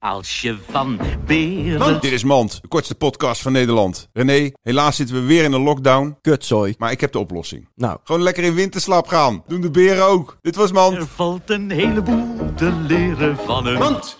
Als je van beren... Dit is Mand, de kortste podcast van Nederland. René, helaas zitten we weer in een lockdown, Kutzooi. maar ik heb de oplossing. Nou, Gewoon lekker in winterslaap gaan. Doen de beren ook. Dit was Mand. Er valt een heleboel te leren van een...